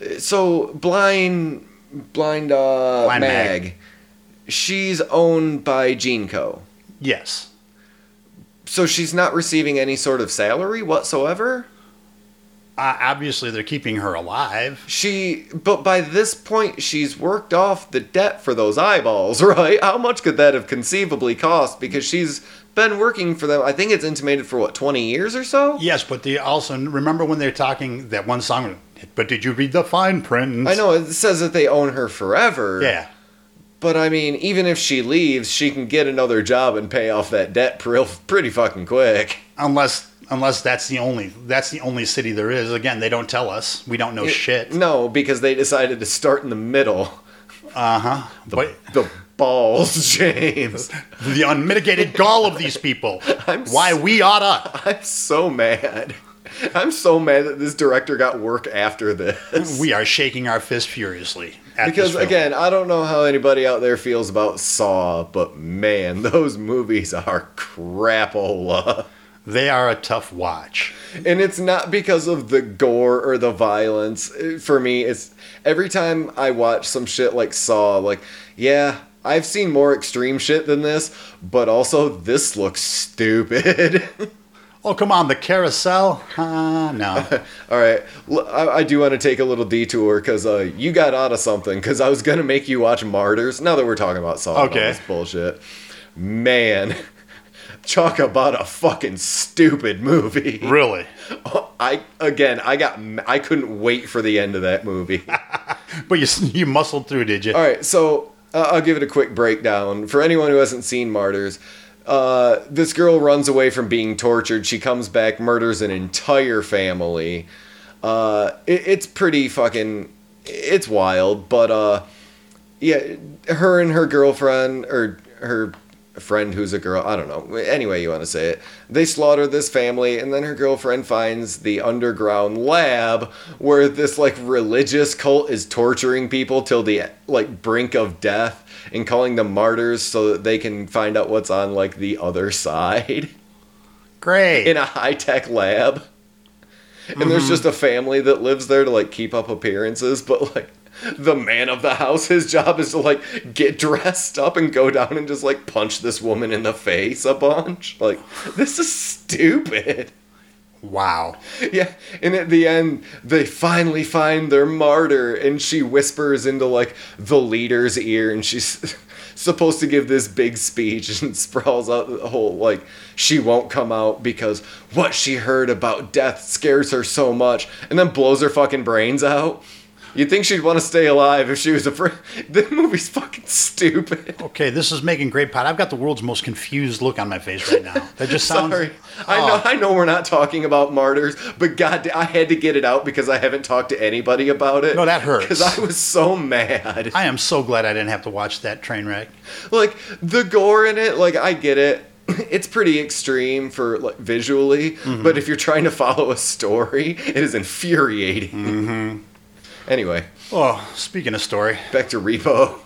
Speaker 2: Uh, So blind, blind, uh,
Speaker 3: Blind
Speaker 2: Mag,
Speaker 3: Mag.
Speaker 2: she's owned by Gene Co.
Speaker 3: Yes,
Speaker 2: So she's not receiving any sort of salary whatsoever.
Speaker 3: uh, obviously they're keeping her alive.
Speaker 2: She, but by this point, she's worked off the debt for those eyeballs, right? How much could that have conceivably cost? Because she's been working for them. I think it's intimated for what twenty years or so.
Speaker 3: Yes, but they also remember when they're talking that one song. But did you read the fine print?
Speaker 2: I know it says that they own her forever.
Speaker 3: Yeah,
Speaker 2: But I mean, even if she leaves, she can get another job and pay off that debt real, pretty fucking quick.
Speaker 3: unless unless that's the only that's the only city there is. Again, they don't tell us. We don't know shit.
Speaker 2: No, because they decided to start in the middle.
Speaker 3: Uh huh. But
Speaker 2: The balls, James.
Speaker 3: The unmitigated gall of these people.
Speaker 2: I'm
Speaker 3: Why
Speaker 2: s-
Speaker 3: we oughta.
Speaker 2: I'm so mad. I'm so mad that this director got work after this.
Speaker 3: We are shaking our fist furiously. At this
Speaker 2: because
Speaker 3: film.
Speaker 2: again, I don't know how anybody out there feels about Saw, but man, those movies are crapola.
Speaker 3: they are a tough watch.
Speaker 2: And it's not because of the gore or the violence. Eh, For me, it's every time I watch some shit like Saw, like, yeah, I've seen more extreme shit than this, but also this looks stupid.
Speaker 3: Oh, come on, the carousel? Ah, no.
Speaker 2: All right, L- I, I do want to take a little detour because uh, you got out of something. Because I was gonna make you watch Martyrs. Now that we're talking about Saw, and all
Speaker 3: Okay.
Speaker 2: this bullshit, man, talk about a fucking stupid movie.
Speaker 3: really?
Speaker 2: I again, I got, m- I couldn't wait for the end of that movie.
Speaker 3: But you, s- you muscled through, did you?
Speaker 2: All right, so uh, I'll give it a quick breakdown for anyone who hasn't seen Martyrs. Uh, this girl runs away from being tortured. She comes back, murders an entire family. Uh, it, it's pretty fucking, it's wild. But uh, yeah, her and her girlfriend or her friend who's a girl, I don't know. Anyway, you want to say it. They slaughter this family, and then her girlfriend finds the underground lab where this like religious cult is torturing people till the like brink of death and calling them martyrs so that they can find out what's on like the other side
Speaker 3: Great.
Speaker 2: in a high tech lab. And there's just a family that lives there to like keep up appearances, but like the man of the house, his job is to like get dressed up and go down and just like punch this woman in the face a bunch. Like, this is stupid.
Speaker 3: wow.
Speaker 2: Yeah, and at the end, they finally find their martyr, and she whispers into like the leader's ear, and she's supposed to give this big speech and sprawls out the whole like she won't come out because what she heard about death scares her so much, and then blows her fucking brains out. You'd think she'd want to stay alive if she was afraid. The movie's fucking stupid.
Speaker 3: Okay, this is making great pot. I've got the world's most confused look on my face right now. That just sounds. Oh,
Speaker 2: Sorry. I know I know we're not talking about martyrs, but god I had to get it out because I haven't talked to anybody about it.
Speaker 3: No, that hurts.
Speaker 2: Cuz I was so mad.
Speaker 3: I am so glad I didn't have to watch that train wreck.
Speaker 2: like the gore in it, like I get it. It's pretty extreme for like visually,
Speaker 3: Mm-hmm.
Speaker 2: but if you're trying to follow a story, it is infuriating.
Speaker 3: Mm-hmm.
Speaker 2: Anyway,
Speaker 3: Oh, speaking of story,
Speaker 2: back to Repo.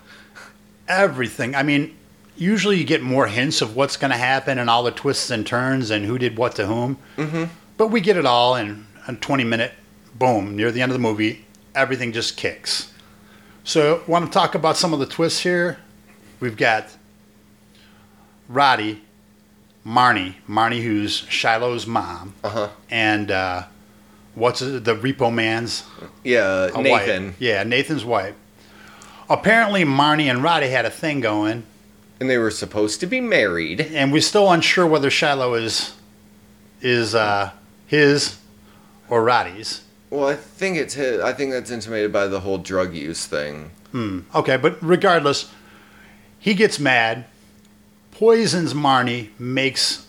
Speaker 3: everything. I mean, usually you get more hints of what's going to happen and all the twists and turns and who did what to whom. Mm-hmm. But we get it all in a 20 minute boom near the end of the movie. Everything just kicks. So, want to talk about some of the twists here? We've got Roddy, Marnie, Marnie, who's Shiloh's mom, and uh, what's it- the repo man's
Speaker 2: Yeah,
Speaker 3: a wife.
Speaker 2: Nathan.
Speaker 3: Yeah, Nathan's wife. Apparently, Marnie and Roddy had a thing going,
Speaker 2: And they were supposed to be married.
Speaker 3: and we're still unsure whether Shiloh is is uh, his or Roddy's.
Speaker 2: Well, I think it's his. I think that's intimated by the whole drug use thing.
Speaker 3: Okay, but regardless, he gets mad, poisons Marnie, makes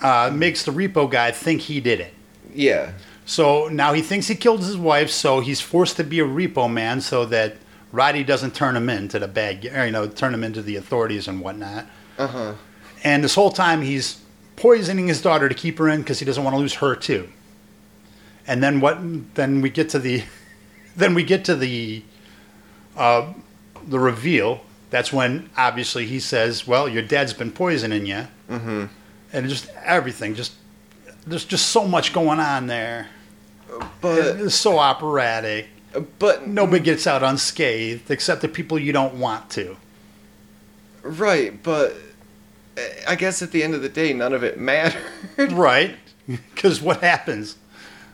Speaker 3: uh, makes the repo guy think he did it.
Speaker 2: Yeah.
Speaker 3: So now he thinks he killed his wife, so he's forced to be a repo man so that Roddy doesn't turn him in to the bad, or, you know, turn him into the authorities and whatnot. And this whole time he's poisoning his daughter to keep her in because he doesn't want to lose her too. And then what? Then we get to the, then we get to the, uh, the reveal. That's when obviously he says, "Well, your dad's been poisoning you," mm-hmm. and just everything. Just there's just so much going on there.
Speaker 2: But
Speaker 3: It's so operatic.
Speaker 2: but
Speaker 3: Nobody gets out unscathed except the people you don't want to.
Speaker 2: right, but uh, I guess at the end of the day, none of it mattered.
Speaker 3: Right? Because what happens?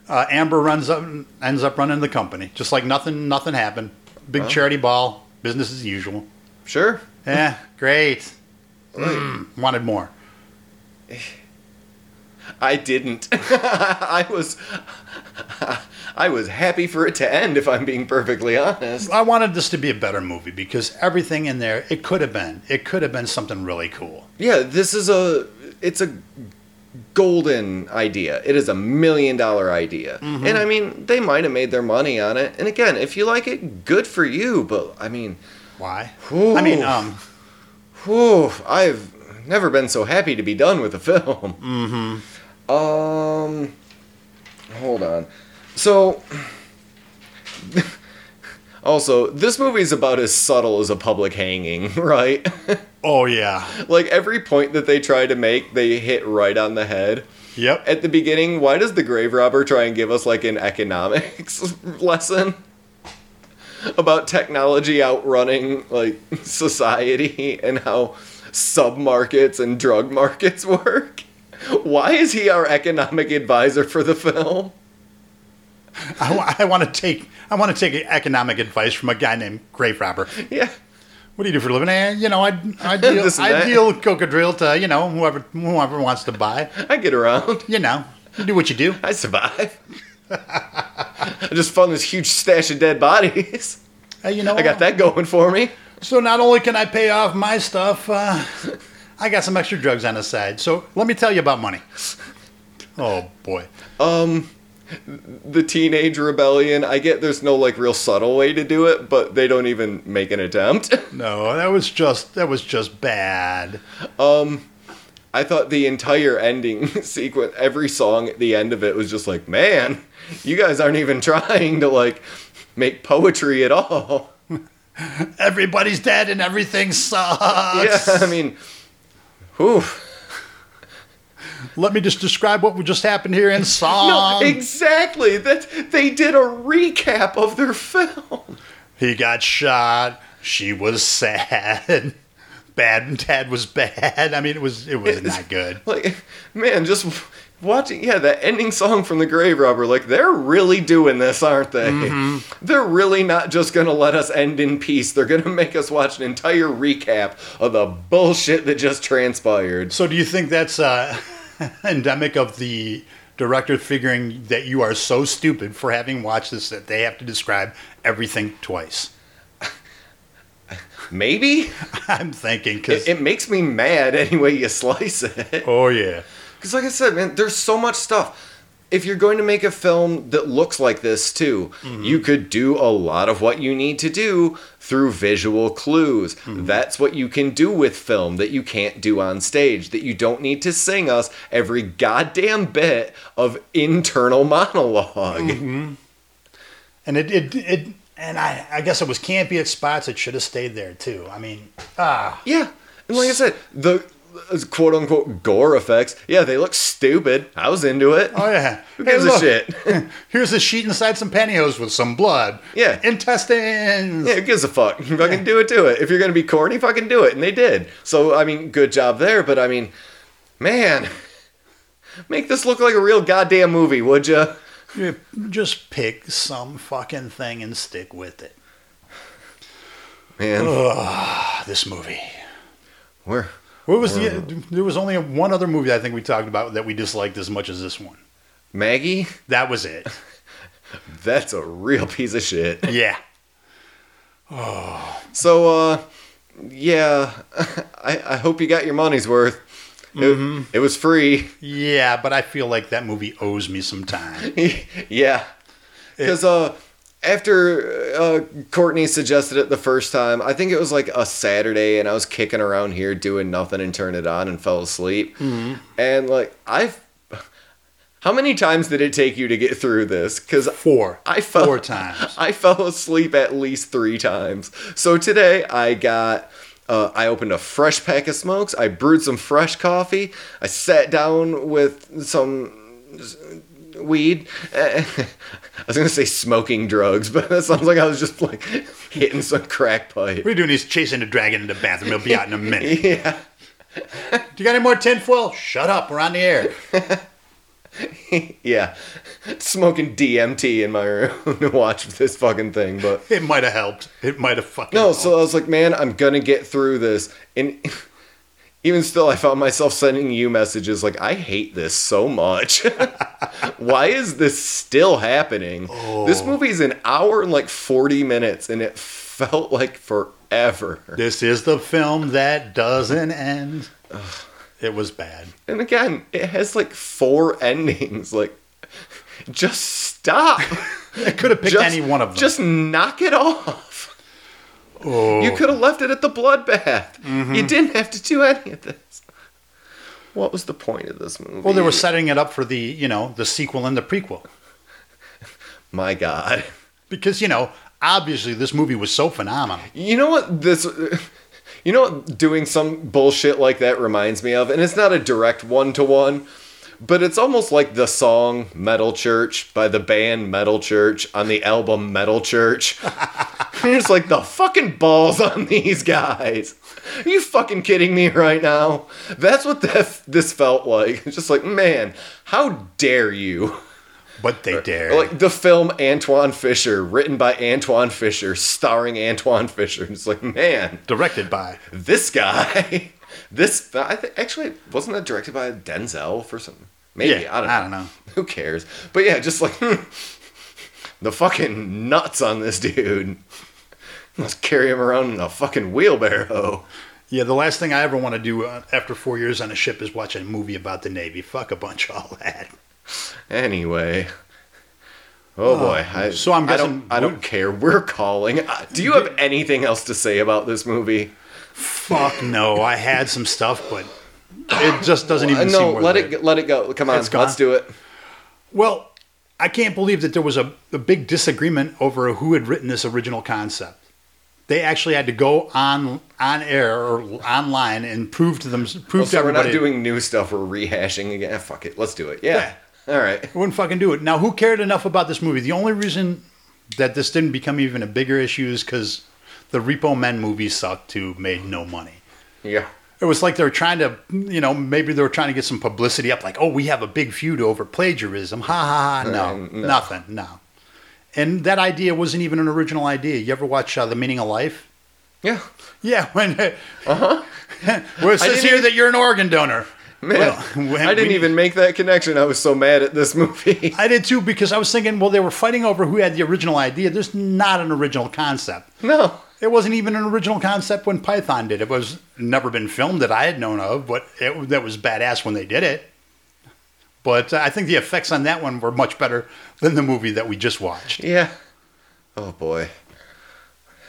Speaker 3: Uh, Amber runs up, ends up running the company, just like nothing, nothing happened. Big charity ball, business as usual.
Speaker 2: sure.
Speaker 3: Yeah, great. Mm, wanted more.
Speaker 2: I didn't. I was I was happy for it to end if I'm being perfectly honest.
Speaker 3: I wanted this to be a better movie because everything in there, it could have been, it could have been something really cool.
Speaker 2: Yeah, this is a it's a golden idea. It is a million dollar idea. And I mean, they might have made their money on it. And again, if you like it, good for you, but I mean,
Speaker 3: Why?
Speaker 2: Ooh.
Speaker 3: I mean, um,
Speaker 2: Whew, I've never been so happy to be done with a film. Um, hold on. So, also, this movie's about as subtle as a public hanging, right?
Speaker 3: Oh yeah.
Speaker 2: like, every point that they try to make, they hit right on the head.
Speaker 3: Yep.
Speaker 2: At the beginning, why does the grave robber try and give us, like, an economics lesson? About technology outrunning, like, society and how sub markets and drug markets work? Why is he our economic advisor for the film?
Speaker 3: I, wa- I want to take I want to take economic advice from a guy named Grave Robber.
Speaker 2: Yeah.
Speaker 3: What do you do for a living? Eh, you know, I I deal
Speaker 2: This and
Speaker 3: I
Speaker 2: that.
Speaker 3: deal cocodril to you know whoever whoever wants to buy.
Speaker 2: I get around.
Speaker 3: You know, you do what you do.
Speaker 2: I survive. I just found this huge stash of dead bodies.
Speaker 3: Hey, Eh, you know,
Speaker 2: I got that going for me.
Speaker 3: So not only can I pay off my stuff, uh, I got some extra drugs on the side. So let me tell you about money. Oh boy.
Speaker 2: The teenage rebellion. I get there's no like real subtle way to do it, but they don't even make an attempt.
Speaker 3: No, that was just that was just bad.
Speaker 2: I thought the entire ending sequence, every song at the end of it was just like, man, you guys aren't even trying to like make poetry at all.
Speaker 3: Everybody's dead and everything
Speaker 2: Yeah,
Speaker 3: sucks.
Speaker 2: I mean, whew.
Speaker 3: Let me just describe what just happened here in song.
Speaker 2: No, exactly. That they did a recap of their film.
Speaker 3: He got shot. She was sad. Bad dad was bad. I mean, it was it was not good.
Speaker 2: like man just watching yeah that ending song from the grave robber like they're really doing this aren't they they're really not just gonna let us end in peace they're gonna make us watch an entire recap of the bullshit that just transpired
Speaker 3: So, do you think that's uh, endemic of the director figuring that you are so stupid for having watched this that they have to describe everything twice?
Speaker 2: maybe
Speaker 3: I'm thinking because
Speaker 2: it, it makes me mad any way you slice it
Speaker 3: oh yeah,
Speaker 2: Because, like I said, man, there's so much stuff. If you're going to make a film that looks like this, too,
Speaker 3: Mm-hmm.
Speaker 2: you could do a lot of what you need to do through visual clues.
Speaker 3: Mm-hmm.
Speaker 2: That's what you can do with film that you can't do on stage, that you don't need to sing us every goddamn bit of internal monolog
Speaker 3: Mm-hmm. and it it, it and I I guess it was campy at spots. It should have stayed there too. I mean, ah,
Speaker 2: Yeah. And like I said, the uh, quote unquote gore effects, yeah, they look stupid. I was into it.
Speaker 3: oh yeah.
Speaker 2: Who
Speaker 3: Hey,
Speaker 2: gives a
Speaker 3: look,
Speaker 2: shit?
Speaker 3: Here's a sheet inside some pantyhose with some blood.
Speaker 2: Yeah.
Speaker 3: intestines.
Speaker 2: Yeah, who gives a fuck? fucking do it, do it. If you're gonna be corny, fucking do it. And they did. So I mean, good job there. But I mean, man, make this look like a real goddamn movie, would you?
Speaker 3: Yeah, Just pick some fucking thing and stick with it.
Speaker 2: Man,
Speaker 3: Ah, this movie.
Speaker 2: we're
Speaker 3: What was the? There was only one other movie I think we talked about that we disliked as much as this one.
Speaker 2: Maggie.
Speaker 3: That was it.
Speaker 2: That's a real piece of shit.
Speaker 3: Yeah.
Speaker 2: So uh, yeah, I I hope you got your money's worth. It- it was free.
Speaker 3: Yeah, but I feel like that movie owes me some time.
Speaker 2: yeah, because uh, after uh, Courtney suggested it the first time, I think it was like a Saturday, and I was kicking around here doing nothing, and turned it on and fell asleep. And like I've, how many times did it take you to get through this? Because
Speaker 3: Four.
Speaker 2: I fell
Speaker 3: Four times.
Speaker 2: I fell asleep at least three times. So today I got. Uh, I opened a fresh pack of smokes. I brewed some fresh coffee. I sat down with some weed. I was gonna say smoking drugs, but that sounds like I was just like hitting some crack pipe.
Speaker 3: What are you doing? He's chasing a dragon in the bathroom. He'll be out in a minute.
Speaker 2: Yeah,
Speaker 3: Do you got any more tinfoil? Shut up. We're on the air.
Speaker 2: yeah, smoking DMT in my room to watch this fucking thing, but.
Speaker 3: It might have helped. It might have fucking.
Speaker 2: No,
Speaker 3: helped.
Speaker 2: so I was like, man, I'm gonna get through this. And even still, I found myself sending you messages like, I hate this so much. Why is this still happening? This movie's an hour and like 40 minutes, and it felt like forever.
Speaker 3: this is the film that doesn't end. It was bad.
Speaker 2: And again, it has like four endings. Like, just stop.
Speaker 3: I could have picked
Speaker 2: just,
Speaker 3: any one of them.
Speaker 2: Just knock it off.
Speaker 3: Oh.
Speaker 2: You could have left it at the bloodbath.
Speaker 3: Mm-hmm.
Speaker 2: You didn't have to do any of this. What was the point of this movie?
Speaker 3: Well, they were setting it up for the, you know, the sequel and the prequel.
Speaker 2: My God.
Speaker 3: Because, you know, obviously this movie was so phenomenal.
Speaker 2: You know what this you know what doing some bullshit like that reminds me of and it's not a direct one to one but it's almost like the song Metal Church by the band Metal Church on the album Metal Church. You're just like the fucking balls on these guys. Are you fucking kidding me right now? That's what that, this felt like. It's just like, man, how dare you?
Speaker 3: But they dared.
Speaker 2: Like the film Antoine Fisher, written by Antoine Fisher, starring Antoine Fisher. It's like, man,
Speaker 3: directed by.
Speaker 2: this guy, this I th- actually wasn't that directed by Denzel for some maybe
Speaker 3: Yeah,
Speaker 2: I don't know.
Speaker 3: I don't know.
Speaker 2: Who cares? But yeah, just like hmm, the fucking nuts on this dude. Let's carry him around in a fucking wheelbarrow.
Speaker 3: Yeah, the last thing I ever want to do uh, after four years on a ship is watch a movie about the Navy. Fuck a bunch of all that.
Speaker 2: Anyway. Oh boy! I,
Speaker 3: so I'm
Speaker 2: I
Speaker 3: guessing-
Speaker 2: don't. I don't care. We're calling. Uh, Do you have anything else to say about this movie?
Speaker 3: Fuck no. I had some stuff, but it just doesn't even
Speaker 2: Uh, no,
Speaker 3: seem worth
Speaker 2: let it let it go. Come on,
Speaker 3: It's gone.
Speaker 2: let's do it.
Speaker 3: Well, I can't believe that there was a, a big disagreement over who had written this original concept. They actually had to go on on air or online and prove to them prove
Speaker 2: Well,
Speaker 3: to
Speaker 2: so we're
Speaker 3: everybody
Speaker 2: not doing new stuff. We're rehashing again. Ah, Fuck it. Let's do it. Yeah. All right.
Speaker 3: They wouldn't fucking do it. Now, who cared enough about this movie? The only reason that this didn't become even a bigger issue is because the Repo Men movie sucked too, made no money.
Speaker 2: Yeah.
Speaker 3: It was like they were trying to, you know, maybe they were trying to get some publicity up, like, oh, we have a big feud over plagiarism. Ha ha ha. No,
Speaker 2: Mm, no.
Speaker 3: nothing, no. And that idea wasn't even an original idea. You ever watch uh, The Meaning of Life?
Speaker 2: Yeah.
Speaker 3: Yeah, when uh huh, where it
Speaker 2: Uh-huh. I
Speaker 3: says
Speaker 2: didn't
Speaker 3: here
Speaker 2: even-
Speaker 3: that you're an organ donor.
Speaker 2: Man,
Speaker 3: when
Speaker 2: I didn't
Speaker 3: we-
Speaker 2: even make that connection. I was so mad at this movie.
Speaker 3: I did too because I was thinking, well, they were fighting over who had the original idea. There's not an original concept.
Speaker 2: No.
Speaker 3: It wasn't even an original concept when Python did it. It was never been filmed that I had known of, but it, that was badass when they did it. But uh, I think the effects on that one were much better than the movie that we just watched.
Speaker 2: Yeah. Oh boy.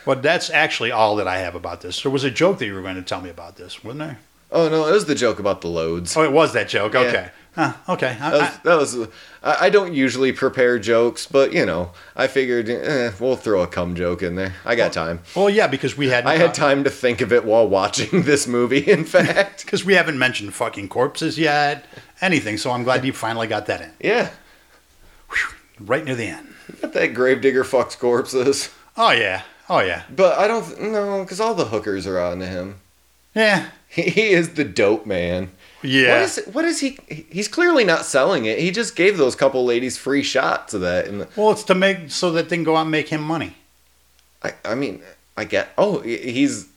Speaker 3: But that's actually all that I have about this. There was a joke that you were going to tell me about this, wasn't there?
Speaker 2: Oh no, it was the joke about the loads.
Speaker 3: Oh, it was that joke. Okay. Huh, okay. I-
Speaker 2: That
Speaker 3: Oh, I-
Speaker 2: was, that was I, I don't usually prepare jokes, but you know, I figured eh, we'll throw a cum joke in there. I got time.
Speaker 3: well, yeah, because we had
Speaker 2: I had time to think of it while watching this movie. In fact,
Speaker 3: because we haven't mentioned fucking corpses yet, anything. So I'm glad you finally got that in.
Speaker 2: yeah,
Speaker 3: right near the end.
Speaker 2: got that gravedigger fucks corpses.
Speaker 3: Oh yeah, oh yeah,
Speaker 2: But I don't no, because all the hookers are on to him.
Speaker 3: yeah,
Speaker 2: He, he is the dope man.
Speaker 3: yeah.
Speaker 2: What is what is he? He's clearly not selling it. He just gave those couple ladies free shots of that, and
Speaker 3: well, it's to make so that they can go out and make him money,
Speaker 2: I, I mean, I get. Oh, he- he's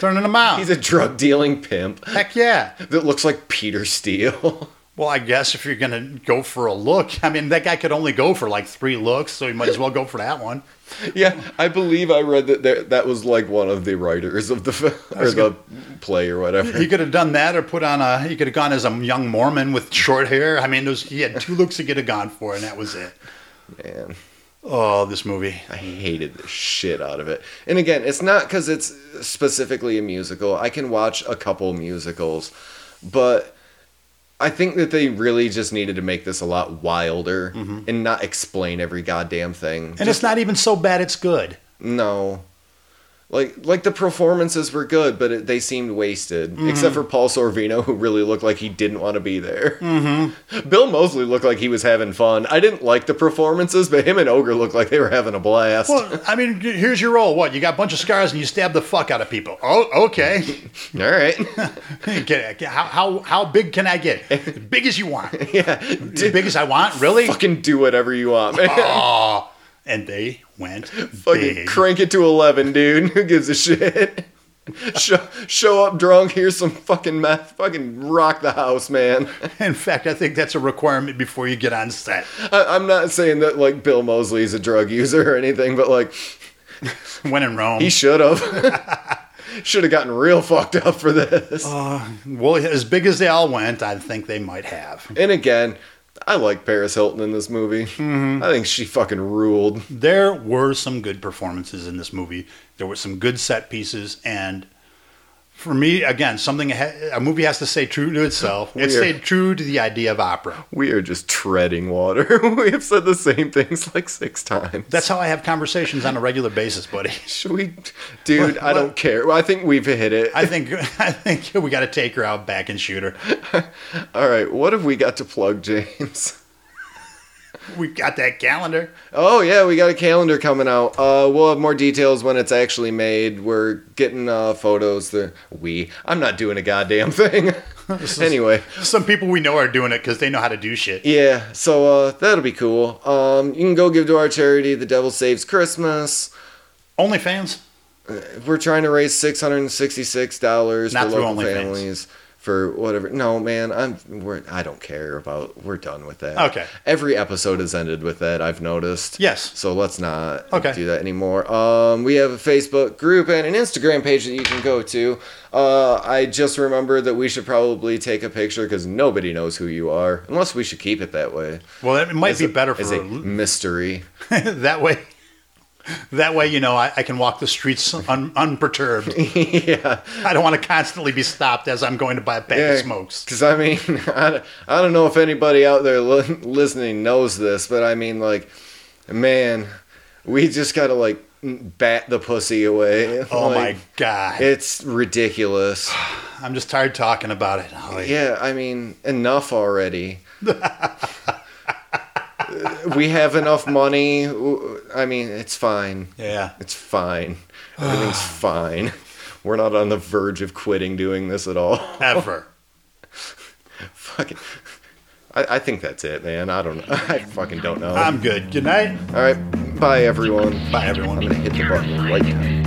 Speaker 3: turning him out.
Speaker 2: he's a drug dealing pimp
Speaker 3: Heck yeah.
Speaker 2: that looks like Peter Steele.
Speaker 3: Well, I guess if you're gonna go for a look, I mean, that guy could only go for like three looks, so he might as well go for that one.
Speaker 2: yeah, I believe I read that there, that was like one of the writers of the film or the play or whatever.
Speaker 3: He could have done that, or put on a. He could have gone as a young Mormon with short hair. I mean, those he had two looks he could have gone for, and that was it.
Speaker 2: Man,
Speaker 3: Oh, this movie.
Speaker 2: I hated the shit out of it. And again, it's not because it's specifically a musical. I can watch a couple musicals, but I think that they really just needed to make this a lot wilder and not explain every goddamn thing.
Speaker 3: Mm-hmm. And it's not even so bad; it's good.
Speaker 2: No. Like like the performances were good, but it, they seemed wasted.
Speaker 3: Mm-hmm.
Speaker 2: Except for Paul Sorvino, who really looked like he didn't want to be there. Mm-hmm. Bill Mosley looked like he was having fun. I didn't like the performances, but him and Ogre looked like they were having a blast.
Speaker 3: Well, I mean, here's your role. What you got? A bunch of scars, and you stab the fuck out of people. Oh, okay.
Speaker 2: All right,
Speaker 3: Can- can- how, how, how big can I get? As big as you want.
Speaker 2: yeah,
Speaker 3: As big as I want, really?
Speaker 2: fucking do whatever you want, man.
Speaker 3: Oh. And they went
Speaker 2: fucking
Speaker 3: big.
Speaker 2: crank it to eleven, dude. Who gives a shit? show, show up drunk. Here's some fucking meth. Fucking rock the house, man.
Speaker 3: In fact, I think that's a requirement before you get on set.
Speaker 2: I, I'm not saying that like Bill Mosley is a drug user or anything, but like
Speaker 3: When in Rome.
Speaker 2: he should have. should have gotten real fucked up for this.
Speaker 3: well, as big as they all went, I think they might have.
Speaker 2: and again, I like Paris Hilton in this movie. I think she fucking ruled.
Speaker 3: There were some good performances in this movie. There were some good set pieces, and for me, again, something ha- a movie has to stay true to itself. It
Speaker 2: Weird.
Speaker 3: stayed true to the idea of opera.
Speaker 2: We are just treading water. we have said the same things like six times.
Speaker 3: That's how I have conversations on a regular basis, buddy.
Speaker 2: Should we, dude?
Speaker 3: What-
Speaker 2: I don't
Speaker 3: what-
Speaker 2: care. Well, I think we've hit it.
Speaker 3: I think I think we got to take her out back and shoot her.
Speaker 2: All right, what have we got to plug, James?
Speaker 3: We got that calendar.
Speaker 2: Oh yeah, we got a calendar coming out. Uh, we'll have more details when it's actually made. We're getting uh, photos. That we. I'm not doing a goddamn thing. anyway,
Speaker 3: Some people we know are doing it because they know how to do shit.
Speaker 2: yeah. So uh, that'll be cool. Um, you can go give to our charity, The Devil Saves Christmas.
Speaker 3: OnlyFans.
Speaker 2: We're trying to raise six hundred and sixty-six dollars for
Speaker 3: Not through
Speaker 2: local
Speaker 3: OnlyFans.
Speaker 2: families for whatever. No, man, I'm we're I don't care about. We're done with that.
Speaker 3: Okay.
Speaker 2: Every episode has ended with that. I've noticed.
Speaker 3: Yes.
Speaker 2: So let's not
Speaker 3: Okay.
Speaker 2: do that anymore. Um, we have a Facebook group and an Instagram page that you can go to. Uh, I just remembered that we should probably take a picture because nobody knows who you are, unless we should keep it that way.
Speaker 3: Well, it might be better
Speaker 2: As
Speaker 3: for
Speaker 2: a mystery.
Speaker 3: that way. That way, you know, I, I can walk the streets un, unperturbed.
Speaker 2: yeah.
Speaker 3: I don't want to constantly be stopped as I'm going to buy a pack of smokes.
Speaker 2: Because I mean, I, don't- I don't know if anybody out there li- listening knows this, but I mean, like, man, we just gotta like bat the pussy away.
Speaker 3: Oh
Speaker 2: Like,
Speaker 3: my god!
Speaker 2: It's ridiculous.
Speaker 3: I'm just tired talking about it. Holly.
Speaker 2: Yeah, I mean, enough already. we have enough money. W- I mean, it's fine.
Speaker 3: Yeah.
Speaker 2: It's fine. Everything's fine. We're not on the verge of quitting doing this at all.
Speaker 3: Ever.
Speaker 2: Fucking. I, I think that's it, man. I don't. I
Speaker 3: Um,
Speaker 2: fucking don't know.
Speaker 3: I'm good. Good night.
Speaker 2: All right, bye everyone.
Speaker 3: Bye,
Speaker 2: I'm
Speaker 3: everyone.
Speaker 2: gonna hit the button right now.